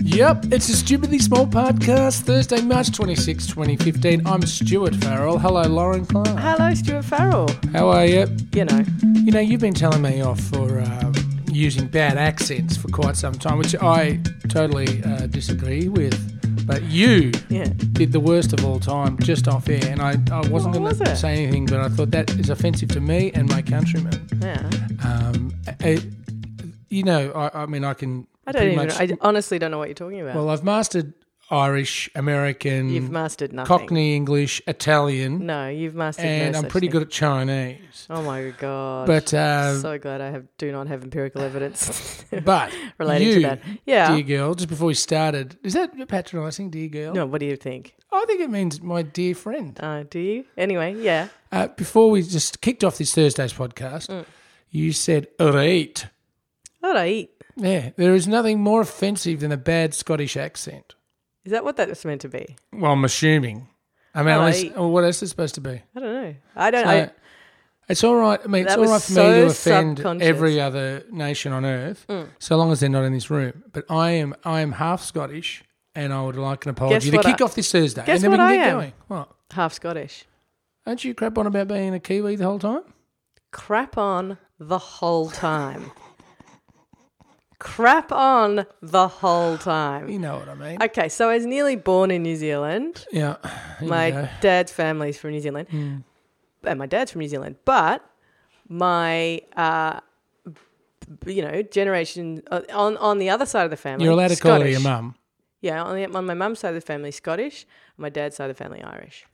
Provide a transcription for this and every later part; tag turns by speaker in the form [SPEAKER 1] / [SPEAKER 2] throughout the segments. [SPEAKER 1] Yep, it's a Stupidly Small podcast, Thursday, March 26, 2015. I'm Stuart Farrell. Hello, Lauren Clark.
[SPEAKER 2] Hello, Stuart Farrell.
[SPEAKER 1] How are you?
[SPEAKER 2] You know,
[SPEAKER 1] You know, you've been telling me off for uh, using bad accents for quite some time, which I totally uh, disagree with. But you
[SPEAKER 2] yeah.
[SPEAKER 1] did the worst of all time just off air, and I, I wasn't
[SPEAKER 2] What
[SPEAKER 1] going
[SPEAKER 2] was
[SPEAKER 1] to
[SPEAKER 2] it?
[SPEAKER 1] say anything, but I thought that is offensive to me and my countrymen.
[SPEAKER 2] yeah.
[SPEAKER 1] Um, it- you know, I, I mean, I can.
[SPEAKER 2] I don't
[SPEAKER 1] pretty
[SPEAKER 2] even.
[SPEAKER 1] much-
[SPEAKER 2] I honestly don't know what you're talking about.
[SPEAKER 1] Well, I've mastered Irish, American,
[SPEAKER 2] you've mastered nothing.
[SPEAKER 1] Cockney English, Italian,
[SPEAKER 2] No, you've mastered.
[SPEAKER 1] and
[SPEAKER 2] no
[SPEAKER 1] I'm
[SPEAKER 2] such
[SPEAKER 1] pretty
[SPEAKER 2] thing.
[SPEAKER 1] good at Chinese.
[SPEAKER 2] Oh my god.
[SPEAKER 1] But uh,
[SPEAKER 2] so glad I have do not have empirical evidence
[SPEAKER 1] but
[SPEAKER 2] relating
[SPEAKER 1] you,
[SPEAKER 2] to that. Yeah.
[SPEAKER 1] dear girl, just before we started, is that patronising, dear girl?
[SPEAKER 2] no, what do you think?
[SPEAKER 1] I think it means my dear friend.
[SPEAKER 2] Uh, do you? Anyway, yeah.
[SPEAKER 1] Uh, before we just kicked off this Thursday's podcast,
[SPEAKER 2] Mm.
[SPEAKER 1] you said "right."
[SPEAKER 2] What I eat?
[SPEAKER 1] Yeah, there is nothing more offensive than a bad Scottish accent.
[SPEAKER 2] Is that what that was meant to be?
[SPEAKER 1] Well, I'm assuming. I mean, unless,
[SPEAKER 2] Alright.
[SPEAKER 1] oh, what else is it supposed to be?
[SPEAKER 2] I don't know. I don't.
[SPEAKER 1] So, Uh, it's all right. I mean, it's
[SPEAKER 2] That
[SPEAKER 1] all right
[SPEAKER 2] was
[SPEAKER 1] for me to
[SPEAKER 2] so
[SPEAKER 1] offend
[SPEAKER 2] subconscious. Mm.
[SPEAKER 1] every other nation on earth, so long as they're not in this room. But I am, I am half Scottish, and I would like an apology to
[SPEAKER 2] what
[SPEAKER 1] kick
[SPEAKER 2] I-
[SPEAKER 1] off this Thursday, and
[SPEAKER 2] guess
[SPEAKER 1] then we
[SPEAKER 2] what
[SPEAKER 1] can
[SPEAKER 2] I
[SPEAKER 1] get
[SPEAKER 2] am?
[SPEAKER 1] going. What?
[SPEAKER 2] I half Scottish.
[SPEAKER 1] Aren't you crap on about being a Kiwi the whole time?
[SPEAKER 2] Crap on the whole time. Crap on the whole time.
[SPEAKER 1] You know what I mean.
[SPEAKER 2] Okay, so I was nearly born in New Zealand.
[SPEAKER 1] yeah. Here
[SPEAKER 2] My
[SPEAKER 1] you go. Hmm.
[SPEAKER 2] dad's family's from New Zealand, and my dad's from New Zealand. But my, uh, b- you know, generation uh, on on the other side of the family,
[SPEAKER 1] You're allowed to call her
[SPEAKER 2] Scottish.
[SPEAKER 1] your mum.
[SPEAKER 2] Yeah, on, the, on my mum's side of the family, Scottish. My dad's side of the family, Irish.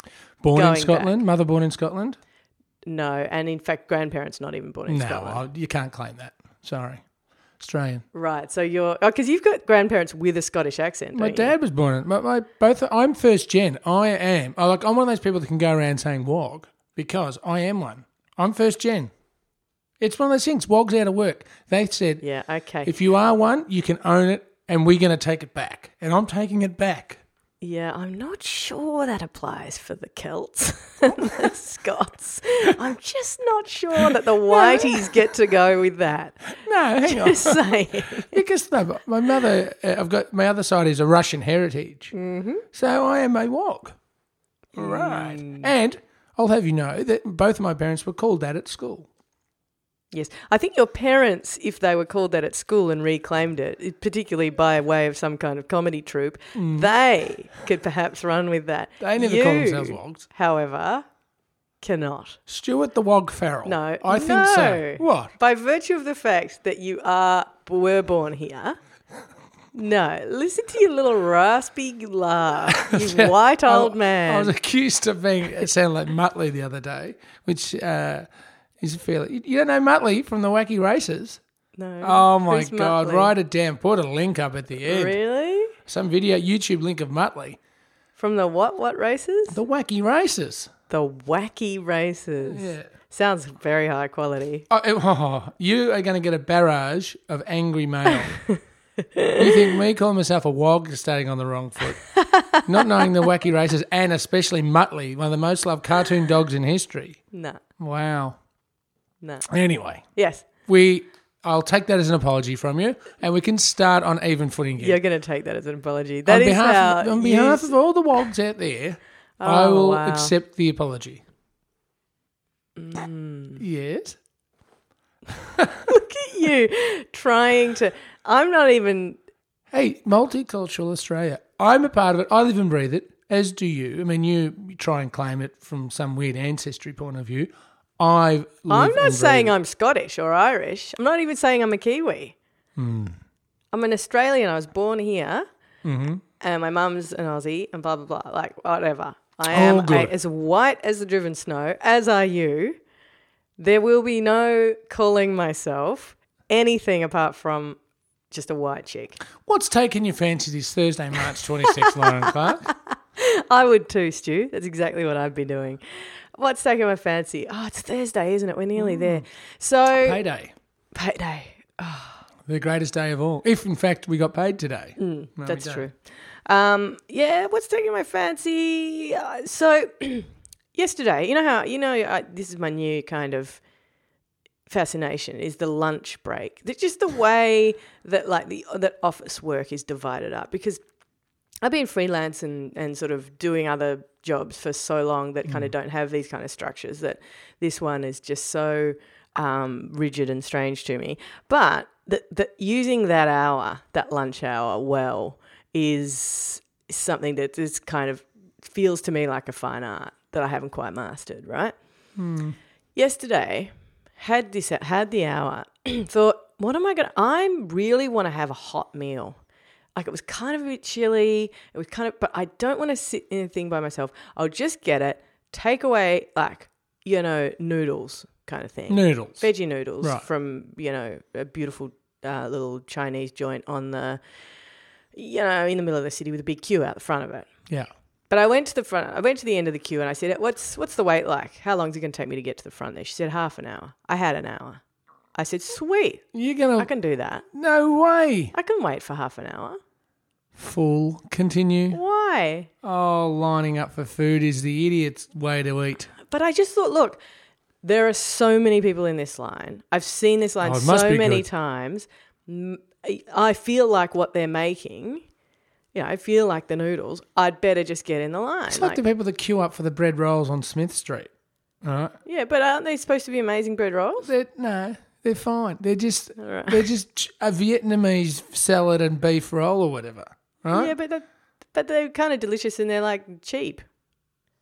[SPEAKER 1] Born
[SPEAKER 2] Going
[SPEAKER 1] in
[SPEAKER 2] back.
[SPEAKER 1] Scotland, mother born in Scotland.
[SPEAKER 2] No, and in fact, grandparents not even born in
[SPEAKER 1] no,
[SPEAKER 2] Scotland.
[SPEAKER 1] I- you can't claim that. Sorry, Australian.
[SPEAKER 2] Right, so you're because you've got grandparents with a Scottish accent.
[SPEAKER 1] My
[SPEAKER 2] don't you?
[SPEAKER 1] dad was born in my, my both. I'm first gen. I am. I like. I'm one of those people that can go around saying wog because I am one. I'm first gen. It's one of those things. Wog's out of work. They said
[SPEAKER 2] Yeah. Okay.
[SPEAKER 1] if you are one, you can own it, and we're going to take it back. And I'm taking it back.
[SPEAKER 2] Yeah, I'm not sure that applies for the Celts and the Scots. I'm just not sure that the Whiteys get to go with that.
[SPEAKER 1] No, hang on.
[SPEAKER 2] Just saying.
[SPEAKER 1] Because no, but my mother, uh, I've got my other side is a Russian heritage, mm-hmm. so I am a wog. Right,
[SPEAKER 2] Mm.
[SPEAKER 1] and I'll have you know that both of my parents were called that at school.
[SPEAKER 2] Yes, I think your parents, if they were called that at school and reclaimed it, it- particularly by way of some kind of comedy troupe, they could perhaps run with that.
[SPEAKER 1] Hmm. They never call
[SPEAKER 2] You,
[SPEAKER 1] themselves wogs.
[SPEAKER 2] However, cannot.
[SPEAKER 1] Stuart the Wog Farrell.
[SPEAKER 2] No,
[SPEAKER 1] I think
[SPEAKER 2] no.
[SPEAKER 1] so. What?
[SPEAKER 2] By virtue of the fact that you are were born here. No, listen to your little raspy laugh, you white old man.
[SPEAKER 1] I was accused of being it sounded like Muttley the other day, which uh, is fairly. you- You don't know Muttley from the Wacky Races.
[SPEAKER 2] no,
[SPEAKER 1] Oh my
[SPEAKER 2] Chris
[SPEAKER 1] God!
[SPEAKER 2] Muttley.
[SPEAKER 1] Write it down. Put a link up at the end.
[SPEAKER 2] Really?
[SPEAKER 1] Some video, YouTube link of Muttley.
[SPEAKER 2] From the what? What races?
[SPEAKER 1] The Wacky Races.
[SPEAKER 2] The wacky races.
[SPEAKER 1] Yeah.
[SPEAKER 2] Sounds very high quality.
[SPEAKER 1] Oh, it- oh, you are going to get a barrage of angry mail. you think me calling myself a wog is starting on the wrong foot? Not knowing the wacky races and especially Muttley, one of the most loved cartoon dogs in history.
[SPEAKER 2] No,
[SPEAKER 1] Wow.
[SPEAKER 2] no.
[SPEAKER 1] Anyway,
[SPEAKER 2] Yes,
[SPEAKER 1] we I'll take that as an apology from you, and we can start on even footing here.
[SPEAKER 2] you're going to take that as an apology.
[SPEAKER 1] on
[SPEAKER 2] That is
[SPEAKER 1] behalf,
[SPEAKER 2] how
[SPEAKER 1] on
[SPEAKER 2] you-
[SPEAKER 1] behalf of all the wogs out there, I
[SPEAKER 2] Oh,
[SPEAKER 1] will
[SPEAKER 2] wow.
[SPEAKER 1] accept the apology.
[SPEAKER 2] Mm.
[SPEAKER 1] Yes.
[SPEAKER 2] Look at you trying to. I'm not even.
[SPEAKER 1] Hey, multicultural Australia. I'm a part of it. I live and breathe it, as do you. I mean, you try and claim it from some weird ancestry point of view. I. Live
[SPEAKER 2] I'm
[SPEAKER 1] and
[SPEAKER 2] not saying
[SPEAKER 1] breathe
[SPEAKER 2] I'm Scottish or Irish. I'm not even saying I'm a Kiwi.
[SPEAKER 1] Hmm.
[SPEAKER 2] I'm an Australian. I was born here,
[SPEAKER 1] Mm-hmm.
[SPEAKER 2] and my mum's an Aussie, and blah blah blah. Like whatever. I
[SPEAKER 1] All
[SPEAKER 2] am a,
[SPEAKER 1] good.
[SPEAKER 2] as white as the driven snow, as are you. There will be no calling myself anything apart from just a white chick.
[SPEAKER 1] it. What's taken your fancy this Thursday, March 26th, Lauren Clark?
[SPEAKER 2] I would too, Stu. That's exactly what I'd be doing. What's taking my fancy? Oh, it's Thursday, isn't it? We're nearly
[SPEAKER 1] Mm.
[SPEAKER 2] there. So
[SPEAKER 1] Payday.
[SPEAKER 2] payday.
[SPEAKER 1] The greatest day of all. If, in fact, we got paid today.
[SPEAKER 2] Hmm.
[SPEAKER 1] No, we
[SPEAKER 2] That's
[SPEAKER 1] don't.
[SPEAKER 2] true. Um, yeah, what's taking my fancy? Uh, so yesterday, you know how you know I, this is my new kind of fascination is the lunch break. The- Just the way that like the that office work is divided up because I've been freelance and, and sort of doing other jobs for so long that kind of don't have these kind of structures that this one is just so um, rigid and strange to me. But that that using that hour, that lunch hour, well is something that is kind of feels to me like a fine art that I haven't quite mastered, right? yesterday had this had the hour thought what am i going to i really want to have a hot meal like it was kind of a bit chilly it was kind of but i don't want to sit in a thing by myself i'll just get it take away like you know noodles kind of thing
[SPEAKER 1] Noodles.
[SPEAKER 2] veggie noodles
[SPEAKER 1] Right.
[SPEAKER 2] from you know a beautiful uh, little chinese joint on the you know in the middle of the city with a big queue out the front of it
[SPEAKER 1] Yeah.
[SPEAKER 2] but I went to the front. I went to the end of the queue and I said, "What's what's the wait like? How long is it going to take me to get to the front?" There, she said, "Half an hour." I had an hour. I said, "Sweet,
[SPEAKER 1] You're
[SPEAKER 2] I
[SPEAKER 1] going to.
[SPEAKER 2] can do that.
[SPEAKER 1] No way.
[SPEAKER 2] I can wait for half an hour.
[SPEAKER 1] Fool. Continue.
[SPEAKER 2] Why?"
[SPEAKER 1] Oh, lining up for food is the idiot's way to eat.
[SPEAKER 2] But I just thought, look, there are so many people in this line. I've seen this line
[SPEAKER 1] Oh, it must
[SPEAKER 2] so
[SPEAKER 1] be
[SPEAKER 2] many
[SPEAKER 1] good.
[SPEAKER 2] times. M- I- I feel like what they're making. You know, I feel like the noodles. I'd better just get in the line.
[SPEAKER 1] It's like, the people that queue up for the bread rolls on Smith Street. All right.
[SPEAKER 2] yeah, but aren't they supposed to be amazing bread rolls?
[SPEAKER 1] They're, no, they're fine. They're just
[SPEAKER 2] right.
[SPEAKER 1] they're just a Vietnamese salad and beef roll or whatever. Right?
[SPEAKER 2] Yeah, but that, but they're kind of delicious and they're like cheap.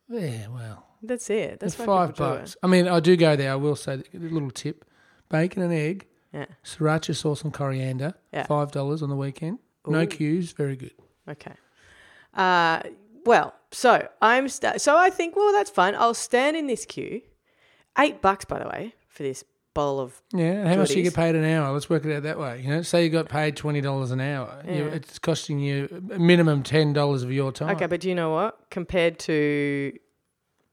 [SPEAKER 1] Yeah. well,
[SPEAKER 2] That's it. That's
[SPEAKER 1] it's
[SPEAKER 2] why
[SPEAKER 1] five
[SPEAKER 2] people do it.
[SPEAKER 1] bucks. I mean, I do go there. I will say a little tip: bacon and egg,
[SPEAKER 2] Yeah.
[SPEAKER 1] sriracha sauce and coriander.
[SPEAKER 2] Yeah.
[SPEAKER 1] Five dollars on the weekend. No queues. Very good.
[SPEAKER 2] Okay. Uh, well, so I'm sta- so I think well that's fine. I'll stand in this queue. Eight bucks, by the way, for this bowl of
[SPEAKER 1] Yeah, and how much do you
[SPEAKER 2] Goodies.
[SPEAKER 1] get paid an hour? Let's work it out that way. You know, say you got paid twenty dollars an hour. You-
[SPEAKER 2] Yeah.
[SPEAKER 1] it's costing you a minimum ten dollars of your time.
[SPEAKER 2] Okay, but do you know what? Compared to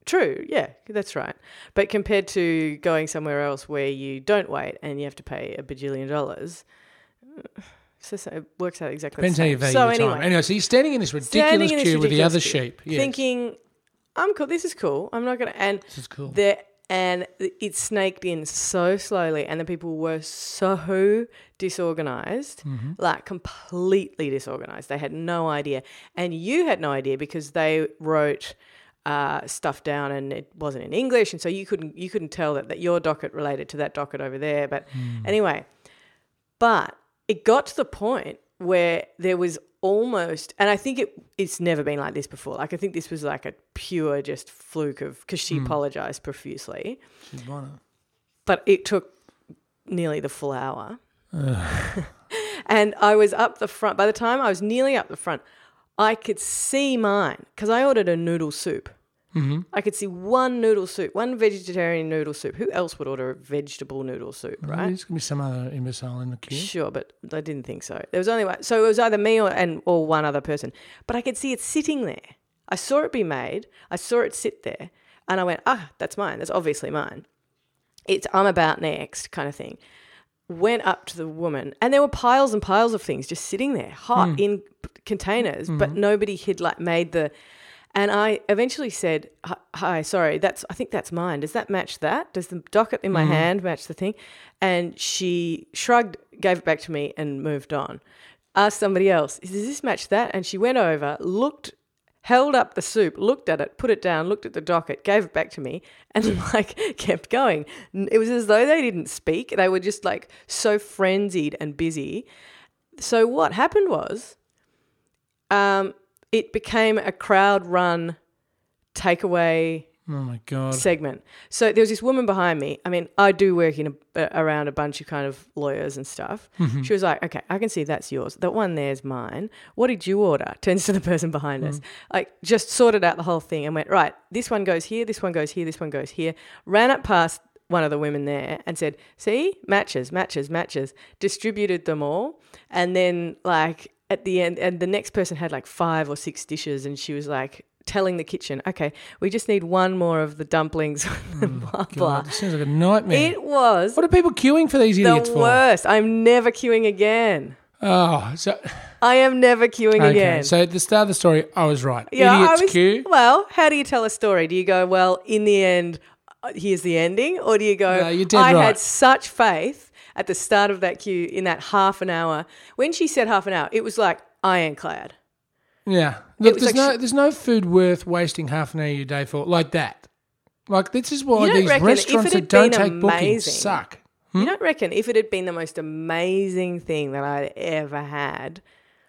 [SPEAKER 2] True, yeah, that's right. But compared to going somewhere else where you don't wait and you have to pay a bajillion dollars, uh, so, so it works out exactly
[SPEAKER 1] Depends
[SPEAKER 2] the
[SPEAKER 1] how
[SPEAKER 2] same.
[SPEAKER 1] you value
[SPEAKER 2] so
[SPEAKER 1] your
[SPEAKER 2] anyway,
[SPEAKER 1] time. Anyway, so you're standing in this ridiculous
[SPEAKER 2] standing in this
[SPEAKER 1] queue with the
[SPEAKER 2] ridiculous
[SPEAKER 1] other
[SPEAKER 2] queue,
[SPEAKER 1] sheep. Yes.
[SPEAKER 2] thinking, "I'm cool. This is cool. I'm not gonna." And
[SPEAKER 1] this is cool.
[SPEAKER 2] there, and it snaked in so slowly, and the people were so disorganized,
[SPEAKER 1] Mm-hmm.
[SPEAKER 2] like completely disorganized. They had no idea, and you had no idea because they wrote. Uh, stuff down and it wasn't in English, and so you couldn't you couldn't tell that, that your docket related to that docket over there. But
[SPEAKER 1] Hmm.
[SPEAKER 2] anyway, but it got to the point where there was almost, and I think it it's never been like this before. Like I think this was like a pure just fluke of because she apologized profusely,
[SPEAKER 1] She's one
[SPEAKER 2] but it took nearly the full hour. and I was up the front. By the time I was nearly up the front, I could see mine because I ordered a noodle soup. Mm-hmm. I could see one noodle soup, one vegetarian noodle soup. Who else would order a vegetable noodle soup,
[SPEAKER 1] of-
[SPEAKER 2] right?
[SPEAKER 1] There's gonna be some other imbecile in the queue.
[SPEAKER 2] Sure, but I didn't think so. There was only one, so it was either me or and or one other person. But I could see it sitting there. I saw it be made. I saw it sit there, and I went, ah, that's mine. That's obviously mine. It's I'm about next kind of thing. Went up to the woman, and there were piles and piles of things just sitting there, hot in p- containers, but nobody had like made the. And I eventually said, "Hi- "Hi, sorry, that's I think that's mine. Does that match that? Does the docket in my hand match the thing?" And she shrugged, gave it back to me, and moved on. Asked somebody else, "Does this match that?" And she went over, looked, held up the soup, looked at it, put it down, looked at the docket, gave it back to me, and like kept going. N- It was as though they didn't speak. They were just like so frenzied and busy. So what happened was, um, it became a crowd run takeaway
[SPEAKER 1] Oh my god.
[SPEAKER 2] segment. So there was this woman behind me. I mean, I do work in a, around a bunch of kind of lawyers and stuff. She was like, "Okay, I can see that's yours. That one there's mine. What did you order?" Turns to the person behind us, like just sorted out the whole thing and went, "Right, this one goes here. This one goes here. This one goes here." Ran it past one of the women there and said, "See, matches, matches, matches." Distributed them all, and then like at the end, and the next person had like five or six dishes, and she was like telling the kitchen, okay, we just need one more of the dumplings, blah, blah.
[SPEAKER 1] Hmm, God, this sounds like a nightmare.
[SPEAKER 2] It was
[SPEAKER 1] what are people queuing for these idiots
[SPEAKER 2] the worst. I'm never queuing again.
[SPEAKER 1] for? Oh, so
[SPEAKER 2] I am never queuing
[SPEAKER 1] okay.
[SPEAKER 2] again.
[SPEAKER 1] So at the start of the story, I was right.
[SPEAKER 2] Yeah,
[SPEAKER 1] idiots
[SPEAKER 2] I was,
[SPEAKER 1] queue.
[SPEAKER 2] Well, how do you tell a story? Do you go, well, in the end, uh, here's the ending, or do you go,
[SPEAKER 1] No, you did
[SPEAKER 2] I
[SPEAKER 1] right.
[SPEAKER 2] had such faith at the start of that queue in that half an hour. When she said half an hour, it was like ironclad.
[SPEAKER 1] Yeah. Look,
[SPEAKER 2] was
[SPEAKER 1] there's
[SPEAKER 2] like
[SPEAKER 1] no
[SPEAKER 2] she-
[SPEAKER 1] there's no food worth wasting half an hour of your day for like that. Like this is why
[SPEAKER 2] You don't
[SPEAKER 1] these
[SPEAKER 2] reckon if
[SPEAKER 1] restaurants
[SPEAKER 2] it
[SPEAKER 1] that
[SPEAKER 2] had
[SPEAKER 1] don't
[SPEAKER 2] been
[SPEAKER 1] take bookings
[SPEAKER 2] amazing-
[SPEAKER 1] suck.
[SPEAKER 2] You don't reckon if it had been the most amazing thing that I'd ever had,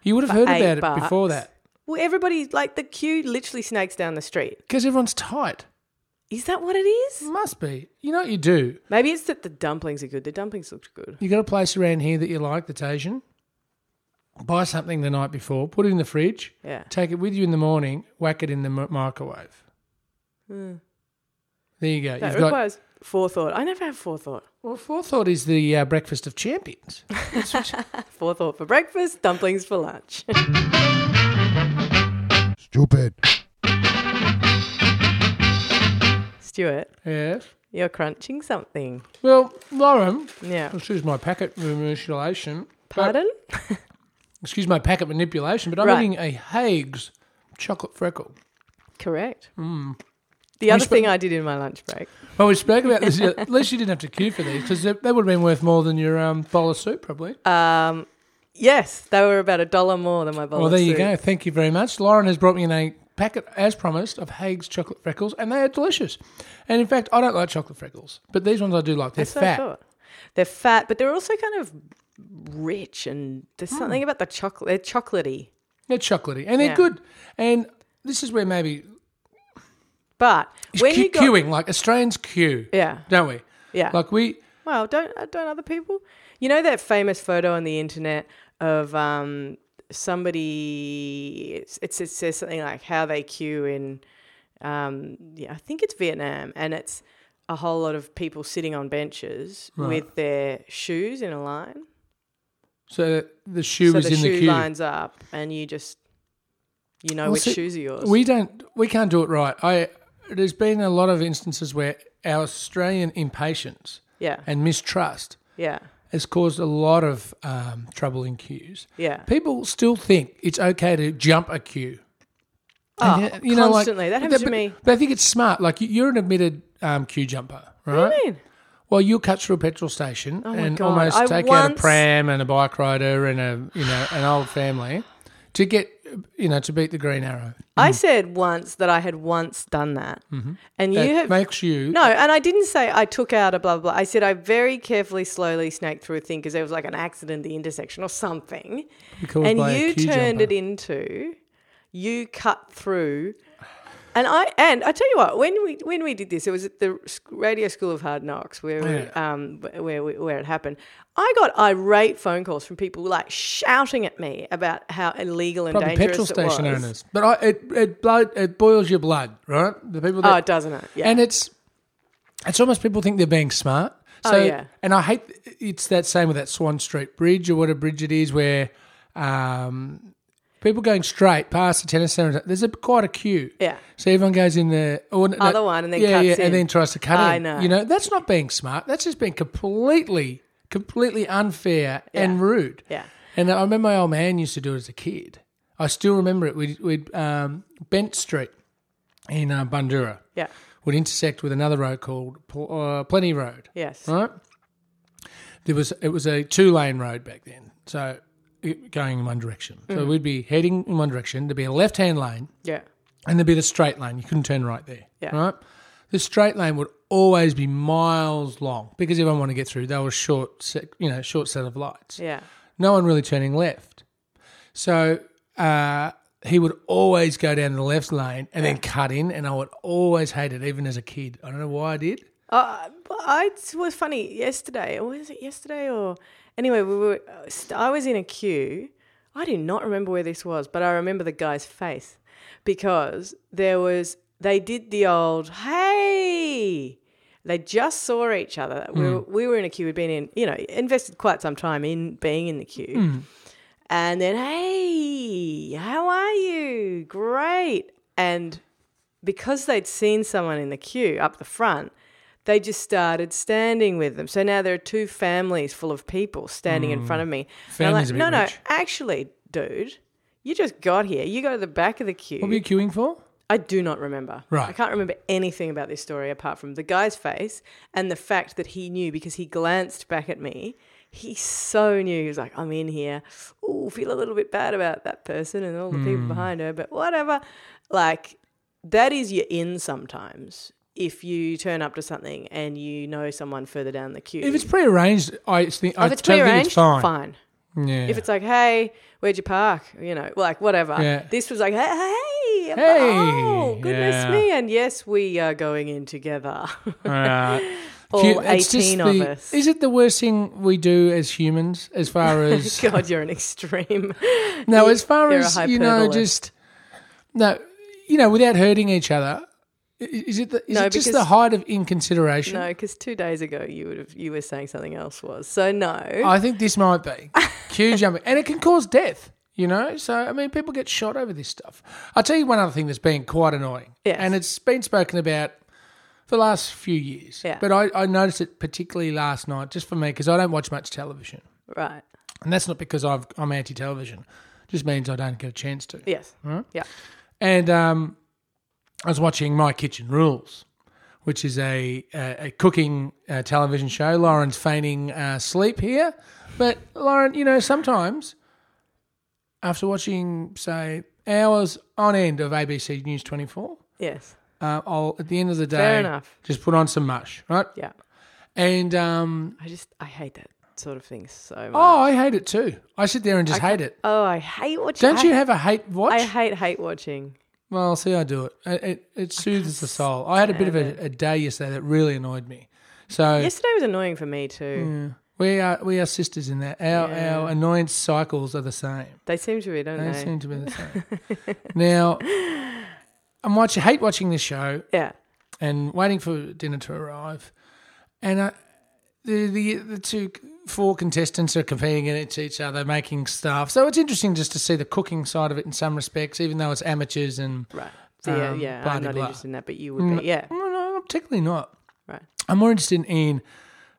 [SPEAKER 1] You would have heard
[SPEAKER 2] eight
[SPEAKER 1] about it
[SPEAKER 2] bucks.
[SPEAKER 1] before that
[SPEAKER 2] well, everybody, like the queue literally snakes down the street.
[SPEAKER 1] because everyone's tight.
[SPEAKER 2] Is that what it is?
[SPEAKER 1] Must be. You know what you do.
[SPEAKER 2] Maybe it's that the dumplings are good. The dumplings looked good.
[SPEAKER 1] You got a place around here that you like that's Asian. Buy something the night before, put it in the fridge,
[SPEAKER 2] Yeah.
[SPEAKER 1] take it with you in the morning, whack it in the mi- microwave. There you go.
[SPEAKER 2] Hmm. That
[SPEAKER 1] You've got
[SPEAKER 2] requires forethought. I never have forethought.
[SPEAKER 1] well, forethought is the uh, breakfast of champions.
[SPEAKER 2] Forethought for breakfast, dumplings for lunch.
[SPEAKER 3] Stupid.
[SPEAKER 2] Stuart,
[SPEAKER 1] yes.
[SPEAKER 2] you're crunching something.
[SPEAKER 1] Well, Lauren,
[SPEAKER 2] Yeah.
[SPEAKER 1] excuse my packet manipulation. but-
[SPEAKER 2] Pardon?
[SPEAKER 1] excuse my packet manipulation, but I'm
[SPEAKER 2] Right.
[SPEAKER 1] eating a Haig's chocolate freckle.
[SPEAKER 2] Correct.
[SPEAKER 1] Hmm.
[SPEAKER 2] The other
[SPEAKER 1] sp-
[SPEAKER 2] thing I did in my lunch break.
[SPEAKER 1] Well, we spoke about this. At least you didn't have to queue for these because they, they would have been worth more than your um, bowl of soup, probably.
[SPEAKER 2] Um, yes, they were about a dollar more than my bowl
[SPEAKER 1] well,
[SPEAKER 2] of
[SPEAKER 1] there you
[SPEAKER 2] soup.
[SPEAKER 1] go. Thank you very much. Lauren has brought me in a packet, as promised, of Haig's chocolate freckles, and they are delicious. And in fact, I don't like chocolate freckles, but these ones I do like. They're
[SPEAKER 2] That's what I
[SPEAKER 1] fat.
[SPEAKER 2] thought. They're fat, but they're also kind of rich, and there's
[SPEAKER 1] Hmm.
[SPEAKER 2] something about the chocolate. They're chocolatey.
[SPEAKER 1] They're chocolatey, and they're
[SPEAKER 2] Yeah.
[SPEAKER 1] good. And this is where maybe
[SPEAKER 2] But when
[SPEAKER 1] que-
[SPEAKER 2] you got,
[SPEAKER 1] queuing, like Australians queue,
[SPEAKER 2] yeah,
[SPEAKER 1] don't we?
[SPEAKER 2] yeah.
[SPEAKER 1] Like we,
[SPEAKER 2] Well, don't uh, don't other people? You know that famous photo on the internet of um, somebody. It's, it's, it says something like how they queue in. Um, yeah, I think it's Vietnam, and it's a whole lot of people sitting on benches with their shoes in a line.
[SPEAKER 1] so the shoe
[SPEAKER 2] so
[SPEAKER 1] is
[SPEAKER 2] the
[SPEAKER 1] in
[SPEAKER 2] shoe
[SPEAKER 1] the queue.
[SPEAKER 2] lines up, and you just you know
[SPEAKER 1] Well,
[SPEAKER 2] which
[SPEAKER 1] see,
[SPEAKER 2] shoes are yours.
[SPEAKER 1] We don't. We can't do it right. I. There's been a lot of instances where our Australian impatience
[SPEAKER 2] yeah,
[SPEAKER 1] and mistrust
[SPEAKER 2] yeah,
[SPEAKER 1] has caused a lot of um, trouble in queues.
[SPEAKER 2] yeah.
[SPEAKER 1] People still think it's okay to jump a queue.
[SPEAKER 2] Oh,
[SPEAKER 1] And, you know, like-
[SPEAKER 2] constantly. that happens
[SPEAKER 1] but,
[SPEAKER 2] to me.
[SPEAKER 1] But I think it's smart. Like you- you're an admitted um, queue jumper, right?
[SPEAKER 2] What do you mean?
[SPEAKER 1] Well, you'll cut through a petrol station
[SPEAKER 2] Oh my
[SPEAKER 1] and
[SPEAKER 2] God.
[SPEAKER 1] almost
[SPEAKER 2] I
[SPEAKER 1] take out a
[SPEAKER 2] once-
[SPEAKER 1] pram and a bike rider and a you know an old family to get you know to beat the green arrow.
[SPEAKER 2] I said once that I had once done that,
[SPEAKER 1] Mm-hmm.
[SPEAKER 2] and you
[SPEAKER 1] That
[SPEAKER 2] have
[SPEAKER 1] makes you
[SPEAKER 2] No, and I didn't say I took out a blah, blah, blah. I said I very carefully, slowly snaked through a thing because there was like an accident at the intersection or something.
[SPEAKER 1] caused
[SPEAKER 2] and
[SPEAKER 1] by a
[SPEAKER 2] you
[SPEAKER 1] queue
[SPEAKER 2] turned
[SPEAKER 1] jumper.
[SPEAKER 2] it into, you cut through. And I and I tell you what, when we when we did this, it was at the sc- Radio School of Hard Knocks where we, um where we, where it happened. I got irate phone calls from people like shouting at me about how illegal and
[SPEAKER 1] Probably
[SPEAKER 2] dangerous
[SPEAKER 1] petrol
[SPEAKER 2] it
[SPEAKER 1] station
[SPEAKER 2] was.
[SPEAKER 1] owners. But I, it it blood it boils your blood, right? The people
[SPEAKER 2] Oh,
[SPEAKER 1] that
[SPEAKER 2] doesn't it? Yeah.
[SPEAKER 1] and it's it's almost people think they're being smart. So
[SPEAKER 2] Oh, yeah.
[SPEAKER 1] and I hate it's that same with that Swan Street Bridge or what a bridge it is where um, people going straight past the tennis centre. There's a quite a queue.
[SPEAKER 2] yeah.
[SPEAKER 1] So everyone goes in the or, no,
[SPEAKER 2] Other one and then
[SPEAKER 1] yeah,
[SPEAKER 2] cuts
[SPEAKER 1] yeah,
[SPEAKER 2] in.
[SPEAKER 1] and then tries to cut
[SPEAKER 2] I
[SPEAKER 1] in.
[SPEAKER 2] know.
[SPEAKER 1] You know, that's not being smart. That's just being completely, completely unfair and rude.
[SPEAKER 2] Yeah.
[SPEAKER 1] And I remember my old man used to do it as a kid. I still remember it. We'd, we'd um, Bent Street in uh, Bundura
[SPEAKER 2] Yeah.
[SPEAKER 1] would intersect with another road called Pl- uh, Plenty Road
[SPEAKER 2] Yes.
[SPEAKER 1] right? There was it was a two lane road back then, so it, going in one direction. So we'd be heading in one direction. There'd be a left hand lane,
[SPEAKER 2] Yeah.
[SPEAKER 1] and there'd be the straight lane. You couldn't turn right there,
[SPEAKER 2] Yeah.
[SPEAKER 1] right? The straight lane would always be miles long because everyone wanted to get through. They were short, set, you know, short set of lights.
[SPEAKER 2] Yeah.
[SPEAKER 1] No one really turning left, so. Uh, he would always go down the left lane and then cut in, and I would always hate it, even as a kid. I don't know why I did.
[SPEAKER 2] Uh, but I it was funny yesterday. Or was it yesterday or anyway? We were. uh, st- I was in a queue. I do not remember where this was, but I remember the guy's face because there was. They did the old hey. They just saw each other.
[SPEAKER 1] Hmm.
[SPEAKER 2] We, were, we were in a queue. We'd been in, you know, invested quite some time in being in the queue.
[SPEAKER 1] Hmm.
[SPEAKER 2] And then, hey, how are you? Great. And because they'd seen someone in the queue up the front, they just started standing with them. So now there are two families full of people standing in front of me. And I'm
[SPEAKER 1] Hmm. Families
[SPEAKER 2] like,
[SPEAKER 1] a bit
[SPEAKER 2] no, no,
[SPEAKER 1] rich."
[SPEAKER 2] actually, dude, you just got here. You go to the back of the queue.
[SPEAKER 1] What were you queuing for?
[SPEAKER 2] I do not remember.
[SPEAKER 1] Right.
[SPEAKER 2] I can't remember anything about this story apart from the guy's face and the fact that he knew because he glanced back at me. He so knew. He was like, I'm in here. Ooh, feel a little bit bad about that person and all the
[SPEAKER 1] Hmm.
[SPEAKER 2] people behind her, but whatever. Like, that is your in sometimes if you turn up to something and you know someone further down the queue.
[SPEAKER 1] If it's prearranged, I think I
[SPEAKER 2] if it's
[SPEAKER 1] totally think
[SPEAKER 2] prearranged,
[SPEAKER 1] it's fine.
[SPEAKER 2] fine.
[SPEAKER 1] Yeah.
[SPEAKER 2] If it's like, hey, where'd you park? You know, like whatever.
[SPEAKER 1] Yeah.
[SPEAKER 2] This was like, hey, hey, I'm-
[SPEAKER 1] Hey,
[SPEAKER 2] oh, goodness
[SPEAKER 1] yeah.
[SPEAKER 2] me. And yes, we are going in together.
[SPEAKER 1] Alright.
[SPEAKER 2] All
[SPEAKER 1] Hu- it's just
[SPEAKER 2] 18 of
[SPEAKER 1] the-
[SPEAKER 2] us.
[SPEAKER 1] Is it the worst thing we do as humans, as far as
[SPEAKER 2] God, you're an extreme.
[SPEAKER 1] No,
[SPEAKER 2] You-
[SPEAKER 1] as far
[SPEAKER 2] you're a
[SPEAKER 1] as you know,
[SPEAKER 2] hyperbolist.
[SPEAKER 1] just no, you know, without hurting each other. i- Is it the, is
[SPEAKER 2] No,
[SPEAKER 1] it just
[SPEAKER 2] because-
[SPEAKER 1] the height of inconsideration?
[SPEAKER 2] no, because two days ago you would have you were saying something else was. So no.
[SPEAKER 1] I think this might be queue jumping, and it can cause death. You know, so I mean, people get shot over this stuff. I'll tell you one other thing that's been quite annoying,
[SPEAKER 2] Yes.
[SPEAKER 1] and it's been spoken about for the last few years.
[SPEAKER 2] Yeah.
[SPEAKER 1] But I, I noticed it particularly last night, just for me, because I don't watch much television,
[SPEAKER 2] Right.
[SPEAKER 1] and that's not because I've, I'm anti-television. Just means I don't get a chance to.
[SPEAKER 2] Yes. Yeah.
[SPEAKER 1] and um, I was watching My Kitchen Rules, which is a a, a cooking uh, television show. Lauren's feigning uh, sleep here, but Lauren, you know, sometimes after watching say hours on end of ABC News twenty four,
[SPEAKER 2] Yes.
[SPEAKER 1] uh, I'll at the end of the day,
[SPEAKER 2] Fair enough.
[SPEAKER 1] just put on some mush, right?
[SPEAKER 2] Yeah.
[SPEAKER 1] And um,
[SPEAKER 2] I just I hate that sort of thing so much.
[SPEAKER 1] oh, I hate it too. I sit there and just hate it.
[SPEAKER 2] Oh, I hate watching.
[SPEAKER 1] Don't
[SPEAKER 2] I,
[SPEAKER 1] you have a hate watch?
[SPEAKER 2] I hate hate watching.
[SPEAKER 1] Well, see, I do it. It, it, it soothes the soul. I had a bit of a, a day yesterday that really annoyed me. So
[SPEAKER 2] Yesterday was annoying for me too.
[SPEAKER 1] Hmm. we are we are sisters in that. Our
[SPEAKER 2] Yeah.
[SPEAKER 1] our annoyance cycles are the same.
[SPEAKER 2] They seem to be, don't
[SPEAKER 1] They
[SPEAKER 2] they?
[SPEAKER 1] seem to be the same. now, I'm watch, hate watching this show
[SPEAKER 2] yeah.
[SPEAKER 1] and waiting for dinner to arrive, and I, the the the two four contestants are competing against each other, making stuff. So it's interesting just to see the cooking side of it in some respects, even though it's amateurs and
[SPEAKER 2] Right. So yeah,
[SPEAKER 1] Um,
[SPEAKER 2] yeah.
[SPEAKER 1] blah
[SPEAKER 2] I'm
[SPEAKER 1] de
[SPEAKER 2] not
[SPEAKER 1] blah. Mm.
[SPEAKER 2] interested in that, but you would be. Yeah.
[SPEAKER 1] No, no, particularly not.
[SPEAKER 2] Right.
[SPEAKER 1] I'm more interested in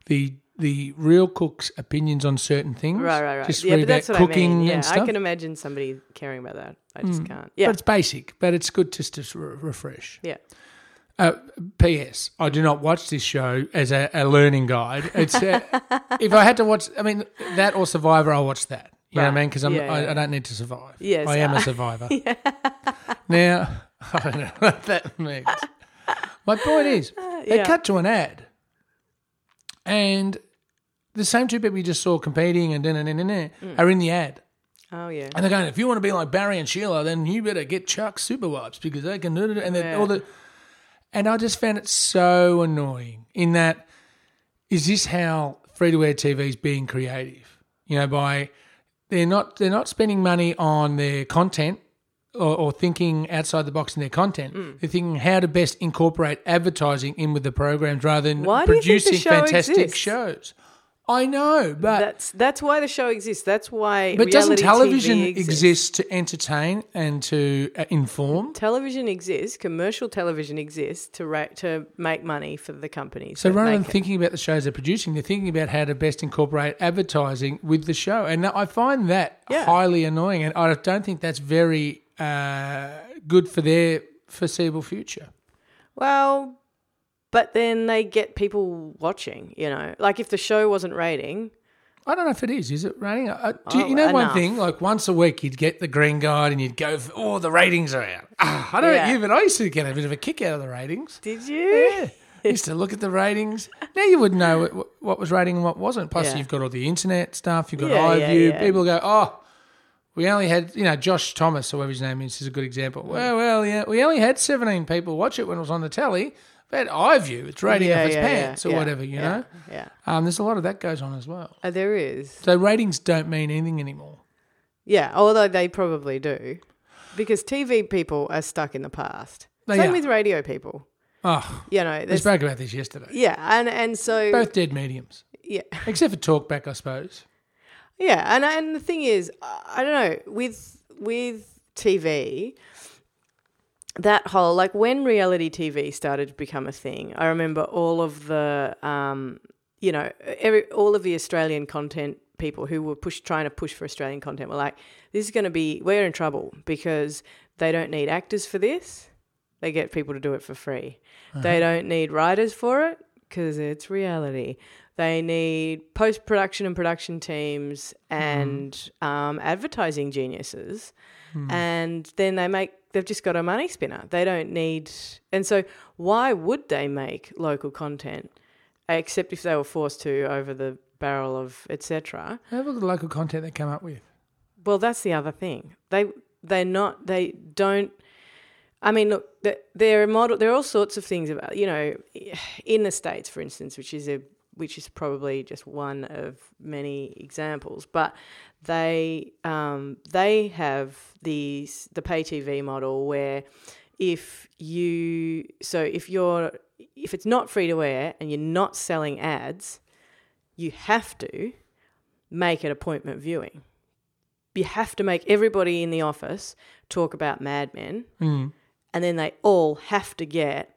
[SPEAKER 1] the the real cook's opinions on certain things.
[SPEAKER 2] Right, right, right.
[SPEAKER 1] Just
[SPEAKER 2] yeah,
[SPEAKER 1] read
[SPEAKER 2] but that's
[SPEAKER 1] about
[SPEAKER 2] what
[SPEAKER 1] cooking
[SPEAKER 2] I mean. Yeah,
[SPEAKER 1] and
[SPEAKER 2] I
[SPEAKER 1] stuff. Mm.
[SPEAKER 2] can imagine somebody caring about that. I just can't. Yeah.
[SPEAKER 1] But it's basic, but it's good just to s- re- refresh.
[SPEAKER 2] yeah.
[SPEAKER 1] Uh, P.S. I do not watch this show as a, a learning guide. It's uh, if I had to watch, I mean, that or Survivor, I'll watch that. You know what I
[SPEAKER 2] Right.
[SPEAKER 1] mean? Because I'm
[SPEAKER 2] Yeah,
[SPEAKER 1] I,
[SPEAKER 2] yeah.
[SPEAKER 1] I don't need to survive.
[SPEAKER 2] Yes,
[SPEAKER 1] I am a
[SPEAKER 2] I-
[SPEAKER 1] survivor. Now I don't know what that means. My point is, they
[SPEAKER 2] Uh, yeah.
[SPEAKER 1] cut to an ad, and the same two people you just saw competing and then and then
[SPEAKER 2] Mm.
[SPEAKER 1] are in the ad.
[SPEAKER 2] Oh yeah.
[SPEAKER 1] And they're going, if you want to be like Barry and Sheila, then you better get Chuck Super Wipes because they can do it. And then
[SPEAKER 2] Yeah.
[SPEAKER 1] all the, and I just found it so annoying. In that, is this how free to air TV is being creative? You know, by they're not they're not spending money on their content or, or thinking outside the box in their content.
[SPEAKER 2] Hmm.
[SPEAKER 1] They're thinking how to best incorporate advertising in with the programs rather than
[SPEAKER 2] Why do you think the
[SPEAKER 1] producing
[SPEAKER 2] show
[SPEAKER 1] fantastic
[SPEAKER 2] exists?
[SPEAKER 1] shows. I know, but
[SPEAKER 2] That's that's why the show exists. That's why.
[SPEAKER 1] but doesn't
[SPEAKER 2] reality
[SPEAKER 1] television
[SPEAKER 2] TV exists?
[SPEAKER 1] exist to entertain and to uh, inform?
[SPEAKER 2] Television exists. Commercial television exists to ra- to make money for the companies.
[SPEAKER 1] So
[SPEAKER 2] that
[SPEAKER 1] rather
[SPEAKER 2] make
[SPEAKER 1] than thinking about the shows they're producing, they're thinking about how to best incorporate advertising with the show, and I find that
[SPEAKER 2] Yeah.
[SPEAKER 1] highly annoying, and I don't think that's very uh, good for their foreseeable future.
[SPEAKER 2] Well, but then they get people watching, you know. Like if the show wasn't rating,
[SPEAKER 1] I don't know if it is. Is it rating? Uh, do you,
[SPEAKER 2] Oh,
[SPEAKER 1] you know one
[SPEAKER 2] enough.
[SPEAKER 1] thing? Like once a week, you'd get the green guide and you'd go, for, "Oh, the ratings are out." Ah, I don't know
[SPEAKER 2] Yeah.
[SPEAKER 1] about you, but I used to get a bit of a kick out of the ratings.
[SPEAKER 2] did you?
[SPEAKER 1] Yeah. used to look at the ratings. Now you wouldn't know what, what was rating and what wasn't. Plus,
[SPEAKER 2] Yeah.
[SPEAKER 1] you've got all the internet stuff. You've got
[SPEAKER 2] Yeah,
[SPEAKER 1] iView.
[SPEAKER 2] yeah, yeah.
[SPEAKER 1] People go, oh, we only had, you know, Josh Thomas, or whatever his name is, is a good example.
[SPEAKER 2] Mm.
[SPEAKER 1] Well, well, yeah, we only had 17 people watch it when it was on the telly. But iView, it's rating
[SPEAKER 2] Yeah,
[SPEAKER 1] off its
[SPEAKER 2] yeah, yeah,
[SPEAKER 1] pants or
[SPEAKER 2] yeah,
[SPEAKER 1] whatever, you
[SPEAKER 2] yeah,
[SPEAKER 1] know.
[SPEAKER 2] Yeah.
[SPEAKER 1] Um, there's a lot of that goes on as well.
[SPEAKER 2] Oh, there is.
[SPEAKER 1] So ratings don't mean anything anymore.
[SPEAKER 2] Yeah, although they probably do. Because TV people are stuck in the past.
[SPEAKER 1] They
[SPEAKER 2] Same
[SPEAKER 1] are.
[SPEAKER 2] with radio people.
[SPEAKER 1] Oh,
[SPEAKER 2] You know,
[SPEAKER 1] we
[SPEAKER 2] there's,
[SPEAKER 1] spoke about this yesterday.
[SPEAKER 2] yeah, and and so
[SPEAKER 1] Both dead mediums,
[SPEAKER 2] yeah.
[SPEAKER 1] except for talkback, I suppose.
[SPEAKER 2] Yeah, and and the thing is, I I don't know with with TV. That whole like when reality TV started to become a thing, I remember all of the um, you know every all of the Australian content people who were push trying to push for Australian content were like, this is going to be we're in trouble because they don't need actors for this. They get people to do it for free. They don't need writers for it because it's reality. They need post production and production teams and um, advertising geniuses. And then they make, they've just got a money spinner. They don't need, and so why would they make local content except if they were forced to over the barrel of etc.
[SPEAKER 1] Have a look at the local content they come up with.
[SPEAKER 2] Well, that's the other thing. They they're not they don't. I mean, look, th- there are model. There are all sorts of things about you know, in the states, for instance, which is a which is probably just one of many examples. But they um, they have these the pay TV model where if you so if you're if it's not free to air and you're not selling ads, you have to make an appointment viewing. You have to make everybody in the office talk about Mad Men,
[SPEAKER 1] Mm.
[SPEAKER 2] and then they all have to get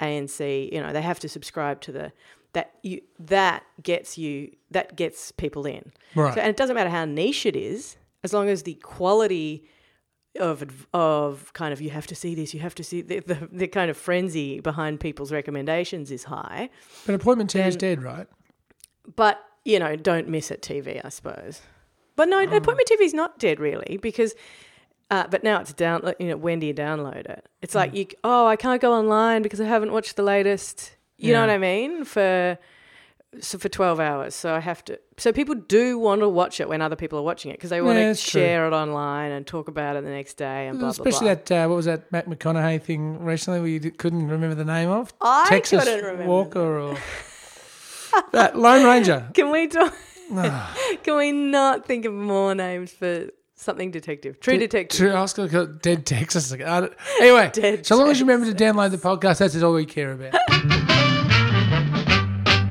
[SPEAKER 2] ANC. You know, they have to subscribe to the that you that gets you that gets people in.
[SPEAKER 1] Right.
[SPEAKER 2] So, and it doesn't matter how niche it is, as long as the quality of adv- of kind of you have to see this, you have to see the, the, the kind of frenzy behind people's recommendations is high.
[SPEAKER 1] but appointment TV is dead, right?
[SPEAKER 2] But, you know, don't miss it TV, I suppose. But no, appointment TV is not dead really because uh, but now it's down you know when do you download it? It's like
[SPEAKER 1] Hmm.
[SPEAKER 2] you oh, I can't go online because I haven't watched the latest. You know
[SPEAKER 1] Yeah.
[SPEAKER 2] what I mean? For so for 12 hours. So I have to so people do want to watch it when other people are watching it because they want
[SPEAKER 1] Yeah,
[SPEAKER 2] to
[SPEAKER 1] that's true.
[SPEAKER 2] share it online and talk about it the next day and blah blah
[SPEAKER 1] Especially
[SPEAKER 2] blah.
[SPEAKER 1] that uh, what was that Matt McConaughey thing recently where you d- couldn't remember the name of
[SPEAKER 2] I
[SPEAKER 1] Texas
[SPEAKER 2] couldn't remember.
[SPEAKER 1] Walker or that Lone Ranger.
[SPEAKER 2] Can we talk
[SPEAKER 1] Ah,
[SPEAKER 2] can we not think of more names for something detective? True detective.
[SPEAKER 1] True, I was going to call it Dead Texas. again. I don't- Anyway,
[SPEAKER 2] Dead
[SPEAKER 1] so long as you remember to download the podcast, that's all we care about.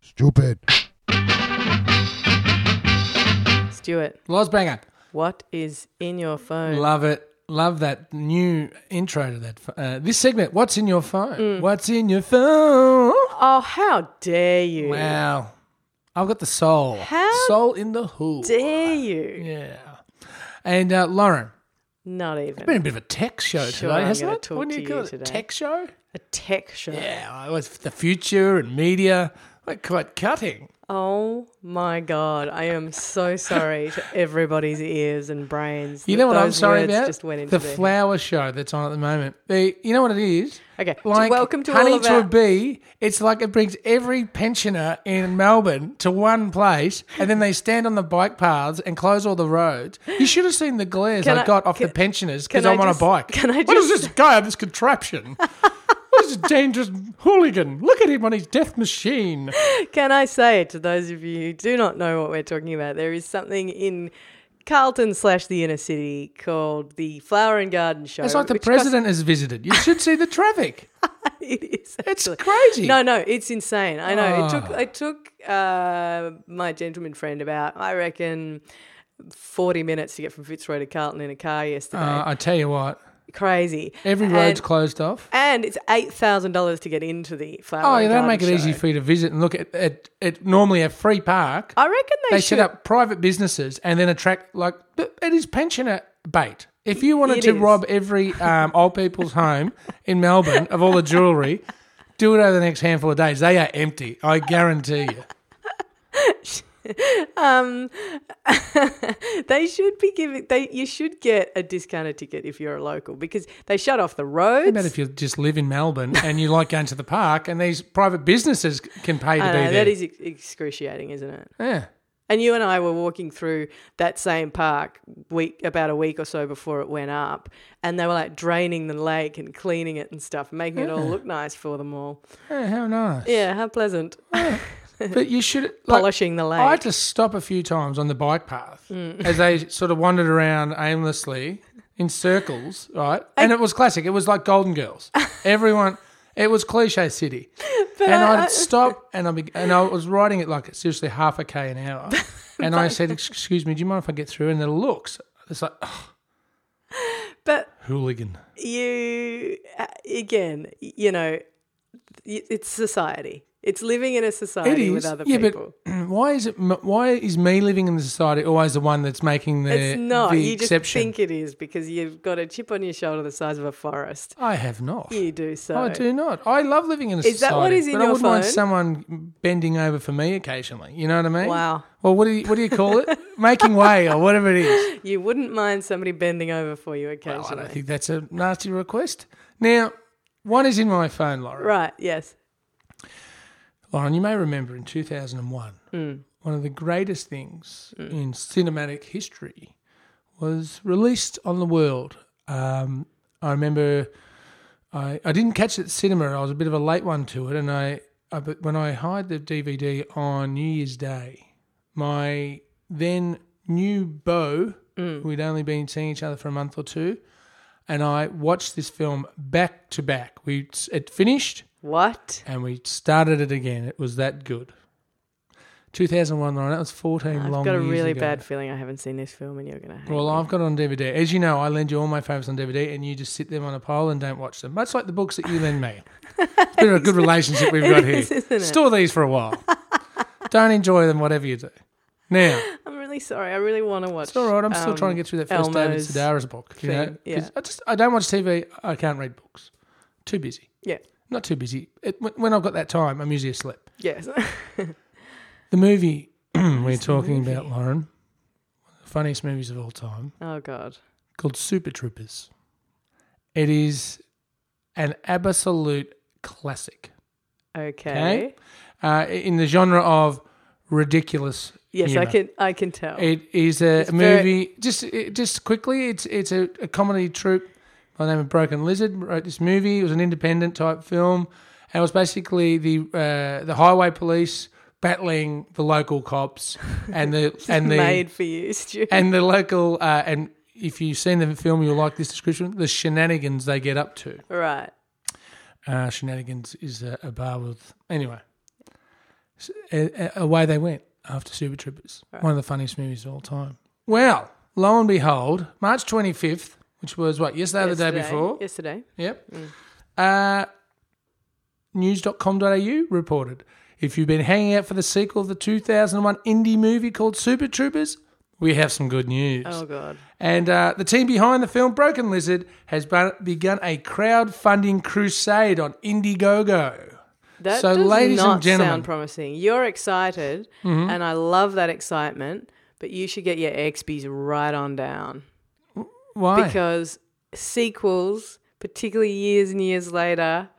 [SPEAKER 3] Stupid.
[SPEAKER 2] Stuart,
[SPEAKER 1] Los Banger.
[SPEAKER 2] what is in your phone?
[SPEAKER 1] Love it. Love that new intro to that. Uh, this segment, What's in Your Phone?
[SPEAKER 2] Mm.
[SPEAKER 1] What's in Your Phone?
[SPEAKER 2] Oh, how dare you!
[SPEAKER 1] Wow. I've got the soul.
[SPEAKER 2] How
[SPEAKER 1] soul in the hood.
[SPEAKER 2] Dare you!
[SPEAKER 1] Yeah. And uh, Lauren,
[SPEAKER 2] Not
[SPEAKER 1] it's been
[SPEAKER 2] even
[SPEAKER 1] a bit of a tech show
[SPEAKER 2] Sure,
[SPEAKER 1] today,
[SPEAKER 2] I'm
[SPEAKER 1] hasn't
[SPEAKER 2] gonna
[SPEAKER 1] it?
[SPEAKER 2] talk
[SPEAKER 1] Wouldn't
[SPEAKER 2] to
[SPEAKER 1] you call
[SPEAKER 2] you
[SPEAKER 1] it a
[SPEAKER 2] today.
[SPEAKER 1] tech show?
[SPEAKER 2] a tech show.
[SPEAKER 1] Yeah, it was the future and media. Like quite cutting.
[SPEAKER 2] Oh my god! I am so sorry to everybody's ears and brains.
[SPEAKER 1] You
[SPEAKER 2] that
[SPEAKER 1] know what I'm
[SPEAKER 2] those
[SPEAKER 1] sorry
[SPEAKER 2] words
[SPEAKER 1] about?
[SPEAKER 2] Just went into
[SPEAKER 1] the
[SPEAKER 2] their head.
[SPEAKER 1] flower show that's on at the moment. The, you know what it is?
[SPEAKER 2] Okay, so
[SPEAKER 1] Like
[SPEAKER 2] welcome to
[SPEAKER 1] Honey
[SPEAKER 2] all of
[SPEAKER 1] to
[SPEAKER 2] our.
[SPEAKER 1] a Bee. It's like it brings every pensioner in Melbourne to one place, and then they stand on the bike paths and close all the roads. You should have seen the glares
[SPEAKER 2] Can
[SPEAKER 1] I,
[SPEAKER 2] I-
[SPEAKER 1] got off
[SPEAKER 2] can-
[SPEAKER 1] the pensioners because
[SPEAKER 2] can I
[SPEAKER 1] I'm on
[SPEAKER 2] just-
[SPEAKER 1] a bike.
[SPEAKER 2] can I
[SPEAKER 1] what is
[SPEAKER 2] just-
[SPEAKER 1] this guy on this contraption? what is a dangerous hooligan? Look at him on his death machine.
[SPEAKER 2] Can I say to those of you who do not know what we're talking about, there is something in Carlton slash the inner city called the Flower and Garden Show.
[SPEAKER 1] It's like the
[SPEAKER 2] which costs-
[SPEAKER 1] president has visited. You should see the traffic.
[SPEAKER 2] it is
[SPEAKER 1] It's
[SPEAKER 2] actually.
[SPEAKER 1] crazy.
[SPEAKER 2] No, no, it's insane. I know.
[SPEAKER 1] Ah.
[SPEAKER 2] It took it took uh, my gentleman friend about I reckon forty minutes to get from Fitzroy to Carlton in a car yesterday.
[SPEAKER 1] Uh, I tell you what,
[SPEAKER 2] Crazy.
[SPEAKER 1] every
[SPEAKER 2] And-
[SPEAKER 1] road's closed off.
[SPEAKER 2] And it's eight thousand dollars to get into the flower.
[SPEAKER 1] Oh, yeah,
[SPEAKER 2] and
[SPEAKER 1] that'd
[SPEAKER 2] Garden
[SPEAKER 1] make it
[SPEAKER 2] Show.
[SPEAKER 1] easy for you to visit and look at, at, at normally a free park.
[SPEAKER 2] I reckon they,
[SPEAKER 1] they
[SPEAKER 2] should.
[SPEAKER 1] set up private businesses and then attract like it is pensioner bait. If you wanted
[SPEAKER 2] It
[SPEAKER 1] to
[SPEAKER 2] is.
[SPEAKER 1] rob every um, old people's home in Melbourne of all the jewellery, do it over the next handful of days. They are empty. I guarantee you.
[SPEAKER 2] um, They should be giving. They you should get a discounted ticket if you're a local because they shut off the roads.
[SPEAKER 1] But if you just live in Melbourne and you like going to the park, and these private businesses can pay to
[SPEAKER 2] I
[SPEAKER 1] be
[SPEAKER 2] know,
[SPEAKER 1] there.
[SPEAKER 2] that is ex- excruciating, isn't it?
[SPEAKER 1] yeah.
[SPEAKER 2] And you and I were walking through that same park week about a week or so before it went up, and they were like draining the lake and cleaning it and stuff, making it all look nice for them all.
[SPEAKER 1] Yeah, how nice.
[SPEAKER 2] Yeah, how pleasant.
[SPEAKER 1] But you should like,
[SPEAKER 2] Polishing the lake.
[SPEAKER 1] I had to stop a few times on the bike path
[SPEAKER 2] Mm.
[SPEAKER 1] as they sort of wandered around aimlessly in circles, right? and it was classic. It was like Golden Girls. Everyone, it was cliche city. and I, would stop and I be, and I was riding it like seriously half a k an hour, and I said, "Excuse me, do you mind if I get through?" And the looks, it's like "Ugh,
[SPEAKER 2] but
[SPEAKER 1] hooligan.
[SPEAKER 2] you, again, you know, y- it's society. It's living in a
[SPEAKER 1] It
[SPEAKER 2] society
[SPEAKER 1] is.
[SPEAKER 2] with other
[SPEAKER 1] yeah,
[SPEAKER 2] people.
[SPEAKER 1] but why is it? m- Why is me living in the society always the one that's making the
[SPEAKER 2] it's not.
[SPEAKER 1] the
[SPEAKER 2] You just
[SPEAKER 1] exception?
[SPEAKER 2] think it is because you've got a chip on your shoulder the size of a forest.
[SPEAKER 1] I have not.
[SPEAKER 2] You do so.
[SPEAKER 1] Oh, I do not. I love living in a
[SPEAKER 2] Is
[SPEAKER 1] society.
[SPEAKER 2] that what is in
[SPEAKER 1] but I
[SPEAKER 2] your
[SPEAKER 1] wouldn't want
[SPEAKER 2] phone?
[SPEAKER 1] someone bending over for me occasionally. You know what I mean?
[SPEAKER 2] Wow.
[SPEAKER 1] Well, what do you what do you call it? Making way or whatever it is.
[SPEAKER 2] You wouldn't mind somebody bending over for you occasionally.
[SPEAKER 1] Well, I don't think that's a nasty request. Now, one is in my phone, Lauren.
[SPEAKER 2] Right, yes.
[SPEAKER 1] Lauren, you may remember in 2001, one of the greatest things in cinematic history was released on the world. Um, I remember I, I didn't catch it at the cinema. I was a bit of a late one to it. And I, I but when I hired the DVD on New Year's Day, my then new beau, we'd only been seeing each other for a month or two, and I watched this film back to back. We It finished
[SPEAKER 2] What?
[SPEAKER 1] and we started it again. It was that good. 2001, Lauren, that was 14 long
[SPEAKER 2] I've got a
[SPEAKER 1] years
[SPEAKER 2] really
[SPEAKER 1] ago.
[SPEAKER 2] bad feeling I haven't seen this film and you're going to hate
[SPEAKER 1] Well,
[SPEAKER 2] me.
[SPEAKER 1] I've got it on DVD. As you know, I lend you all my favourites on DVD and you just sit them on a pile and don't watch them, much like the books that you lend me. It's been a good relationship we've got here.
[SPEAKER 2] is, isn't it?
[SPEAKER 1] Store these for a while. don't enjoy them, whatever you do. Now,
[SPEAKER 2] I'm really sorry. I really want to watch. um,
[SPEAKER 1] it's all right. I'm still trying to get through that first David
[SPEAKER 2] Elmo's
[SPEAKER 1] Sedaris book. You know?
[SPEAKER 2] thing, yeah.
[SPEAKER 1] 'Cause I, just, I don't watch TV. I can't read books. Too busy.
[SPEAKER 2] Yeah.
[SPEAKER 1] Not too busy. It, when- when I've got that time, I'm usually asleep.
[SPEAKER 2] Yes.
[SPEAKER 1] The movie we're talking about, Lauren, one of the funniest movies of all time,
[SPEAKER 2] oh, God.
[SPEAKER 1] called Super Troopers. It is an absolute classic
[SPEAKER 2] Okay.
[SPEAKER 1] uh, in the genre of ridiculous.
[SPEAKER 2] Yes, I
[SPEAKER 1] humour.
[SPEAKER 2] can I can tell.
[SPEAKER 1] It is a
[SPEAKER 2] It's very-
[SPEAKER 1] movie. Just it- just quickly, it's it's a, a comedy troupe by the name of Broken Lizard wrote this movie. It was an independent type film, and it was basically the uh, the highway police battling the local cops and the and the
[SPEAKER 2] Made for you, Stu.
[SPEAKER 1] and the local uh, and if you've seen the film, you'll like this description. The shenanigans they get up to.
[SPEAKER 2] right.
[SPEAKER 1] Uh, shenanigans is a, a bar with anyway. S- a- a- away they went after Super Troopers, one of the funniest movies of all time. Well, lo and behold, March twenty fifth, which was what yesterday, or the day
[SPEAKER 2] Yesterday- Mm.
[SPEAKER 1] before.
[SPEAKER 2] Yesterday.
[SPEAKER 1] Yep. Uh, news.com.au reported if you've been hanging out for the sequel of the 2001 indie movie called Super Troopers, we have some good news.
[SPEAKER 2] Oh, God.
[SPEAKER 1] And uh, the team behind the film Broken Lizard has bu- begun a crowdfunding crusade on Indiegogo.
[SPEAKER 2] That
[SPEAKER 1] So,
[SPEAKER 2] does
[SPEAKER 1] ladies and
[SPEAKER 2] not
[SPEAKER 1] gentlemen- Mm-hmm.
[SPEAKER 2] sound promising. You're excited, and I love that excitement, but you should get your XBs right on down
[SPEAKER 1] Why?
[SPEAKER 2] because sequels, particularly years and years later,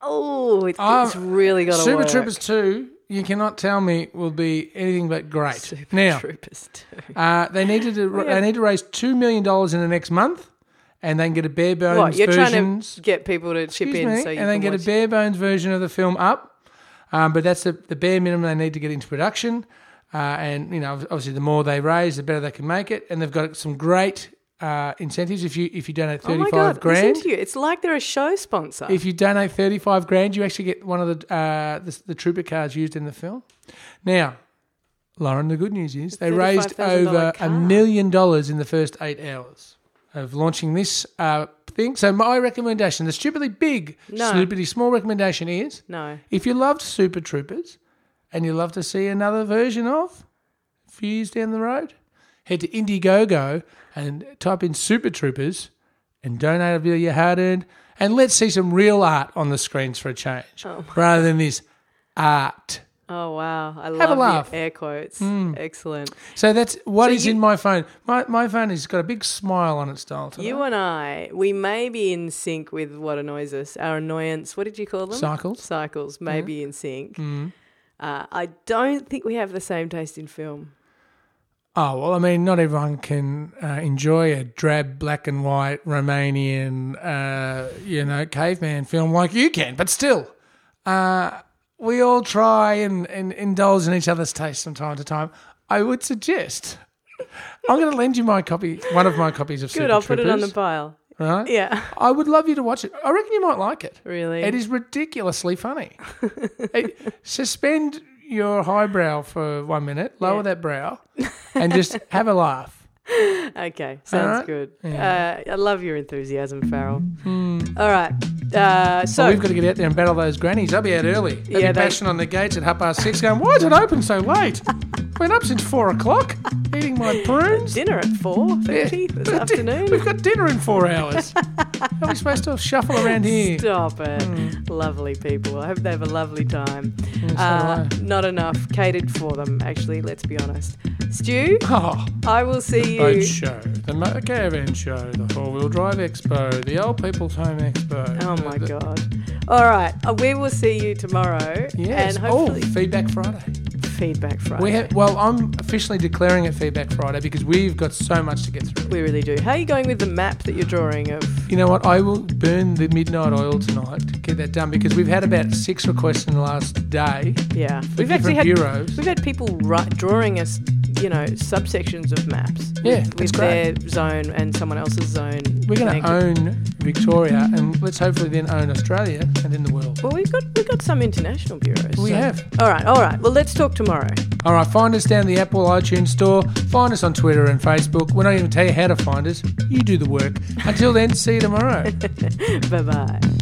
[SPEAKER 2] oh, it's,
[SPEAKER 1] Um,
[SPEAKER 2] it's really got to
[SPEAKER 1] Super
[SPEAKER 2] work.
[SPEAKER 1] Troopers 2, you cannot tell me, will be anything but great.
[SPEAKER 2] Super
[SPEAKER 1] now,
[SPEAKER 2] Troopers too.
[SPEAKER 1] uh, they, needed to, they need to raise $2 million in the next month. And they can get a bare bones
[SPEAKER 2] What you're trying
[SPEAKER 1] versions.
[SPEAKER 2] to get people to chip
[SPEAKER 1] Excuse
[SPEAKER 2] in,
[SPEAKER 1] me,
[SPEAKER 2] so you
[SPEAKER 1] and they
[SPEAKER 2] can
[SPEAKER 1] get a
[SPEAKER 2] watch-
[SPEAKER 1] bare bones version of the film up. Um, but that's the, the bare minimum they need to get into production. Uh, and you know, obviously, the more they raise, the better they can make it. And they've got some great uh, incentives. If you if you donate
[SPEAKER 2] Oh
[SPEAKER 1] thirty
[SPEAKER 2] my
[SPEAKER 1] five
[SPEAKER 2] god!
[SPEAKER 1] grand,
[SPEAKER 2] Listen to you. It's like they're a show sponsor.
[SPEAKER 1] if you donate thirty five grand, you actually get one of the, uh, the the trooper cars used in the film. Now, Lauren, the good news is they raised
[SPEAKER 2] $35,000
[SPEAKER 1] over a
[SPEAKER 2] car.
[SPEAKER 1] million dollars in the first eight hours of launching this uh, thing. So my recommendation, the stupidly big,
[SPEAKER 2] No.
[SPEAKER 1] stupidly small recommendation is:
[SPEAKER 2] no,
[SPEAKER 1] if you loved Super Troopers and you love to see another version of a few years down the road, head to Indiegogo and type in Super Troopers and donate a bit of your hard earned. And let's see some real art on the screens for a change rather than this art.
[SPEAKER 2] oh wow! I love
[SPEAKER 1] a
[SPEAKER 2] your
[SPEAKER 1] laugh. Hmm.
[SPEAKER 2] air quotes. Excellent.
[SPEAKER 1] So that's what is
[SPEAKER 2] you-
[SPEAKER 1] in my phone. My, my phone has got a big smile on its dial today.
[SPEAKER 2] You and I, we may be in sync with what annoys us. Our annoyance, what did you call them?
[SPEAKER 1] Cycles. Hmm.
[SPEAKER 2] Cycles may be in sync. Uh, I don't think we have the same taste in film.
[SPEAKER 1] Oh well, I mean, not everyone can uh, enjoy a drab black and white Romanian, uh, you know, caveman film like you can. But still, uh, we all try and, and indulge in each other's tastes from time to time. I would suggest I'm going to lend you my copy, one of my copies of
[SPEAKER 2] Good,
[SPEAKER 1] Super Uh-huh.
[SPEAKER 2] I'll put it on the
[SPEAKER 1] Troopers,
[SPEAKER 2] pile.
[SPEAKER 1] right?
[SPEAKER 2] Yeah,
[SPEAKER 1] I would love you to watch it. I reckon you might like it.
[SPEAKER 2] really.
[SPEAKER 1] It is ridiculously funny. Hey, suspend your highbrow for one minute, lower
[SPEAKER 2] Yeah.
[SPEAKER 1] that brow, and just have a laugh.
[SPEAKER 2] Okay, sounds
[SPEAKER 1] right.
[SPEAKER 2] good.
[SPEAKER 1] Uh-huh. Yeah. Hmm.
[SPEAKER 2] Uh, I love your enthusiasm, Farrell. All right. Uh, so,
[SPEAKER 1] Well, we've got to get out there and battle those grannies. They'll be out early. They'll
[SPEAKER 2] Yeah,
[SPEAKER 1] be
[SPEAKER 2] they-
[SPEAKER 1] bashing on the gates at half past six, going, "Why is it open so late? Been up since four o'clock, eating my prunes."
[SPEAKER 2] dinner at four
[SPEAKER 1] Yeah.
[SPEAKER 2] thirty this
[SPEAKER 1] We've got di- We've
[SPEAKER 2] afternoon.
[SPEAKER 1] got dinner in four hours. How are we supposed to shuffle around here?
[SPEAKER 2] Stop it. Lovely people. I hope they have a lovely time.
[SPEAKER 1] Hmm. so
[SPEAKER 2] Uh,
[SPEAKER 1] do
[SPEAKER 2] not enough catered for them, actually, let's be honest. Stu,
[SPEAKER 1] Oh,
[SPEAKER 2] I will see you.
[SPEAKER 1] boat show, the motor caravan show, the four-wheel drive expo, the old people's home expo.
[SPEAKER 2] Oh my
[SPEAKER 1] The-
[SPEAKER 2] God. All right. Uh, we will see you tomorrow.
[SPEAKER 1] Yes.
[SPEAKER 2] And
[SPEAKER 1] Oh,
[SPEAKER 2] hopefully,
[SPEAKER 1] feedback Friday.
[SPEAKER 2] feedback Friday.
[SPEAKER 1] We
[SPEAKER 2] We,
[SPEAKER 1] have, well, I'm officially declaring it Feedback Friday because we've got so much to get through.
[SPEAKER 2] really do. How are you going with the map that you're drawing of?
[SPEAKER 1] You know what? I will burn the midnight oil tonight to get that done because we've had about six requests in the last day.
[SPEAKER 2] Yeah.
[SPEAKER 1] for
[SPEAKER 2] We've actually
[SPEAKER 1] different
[SPEAKER 2] had
[SPEAKER 1] bureaus.
[SPEAKER 2] We've had people ri drawing us, you know, subsections of maps.
[SPEAKER 1] Yeah, that's
[SPEAKER 2] with, with their zone and someone else's zone.
[SPEAKER 1] We're going
[SPEAKER 2] connected.
[SPEAKER 1] to own Victoria and let's hopefully then own Australia and then the world.
[SPEAKER 2] Well, we've got we've got some international bureaus.
[SPEAKER 1] We
[SPEAKER 2] so-
[SPEAKER 1] have.
[SPEAKER 2] All right, all right. Well, let's talk tomorrow.
[SPEAKER 1] All right, find us down the Apple iTunes store. Find us on Twitter and Facebook. We're not even tell you how to find us. You do the work. Until then, see you tomorrow.
[SPEAKER 2] bye bye.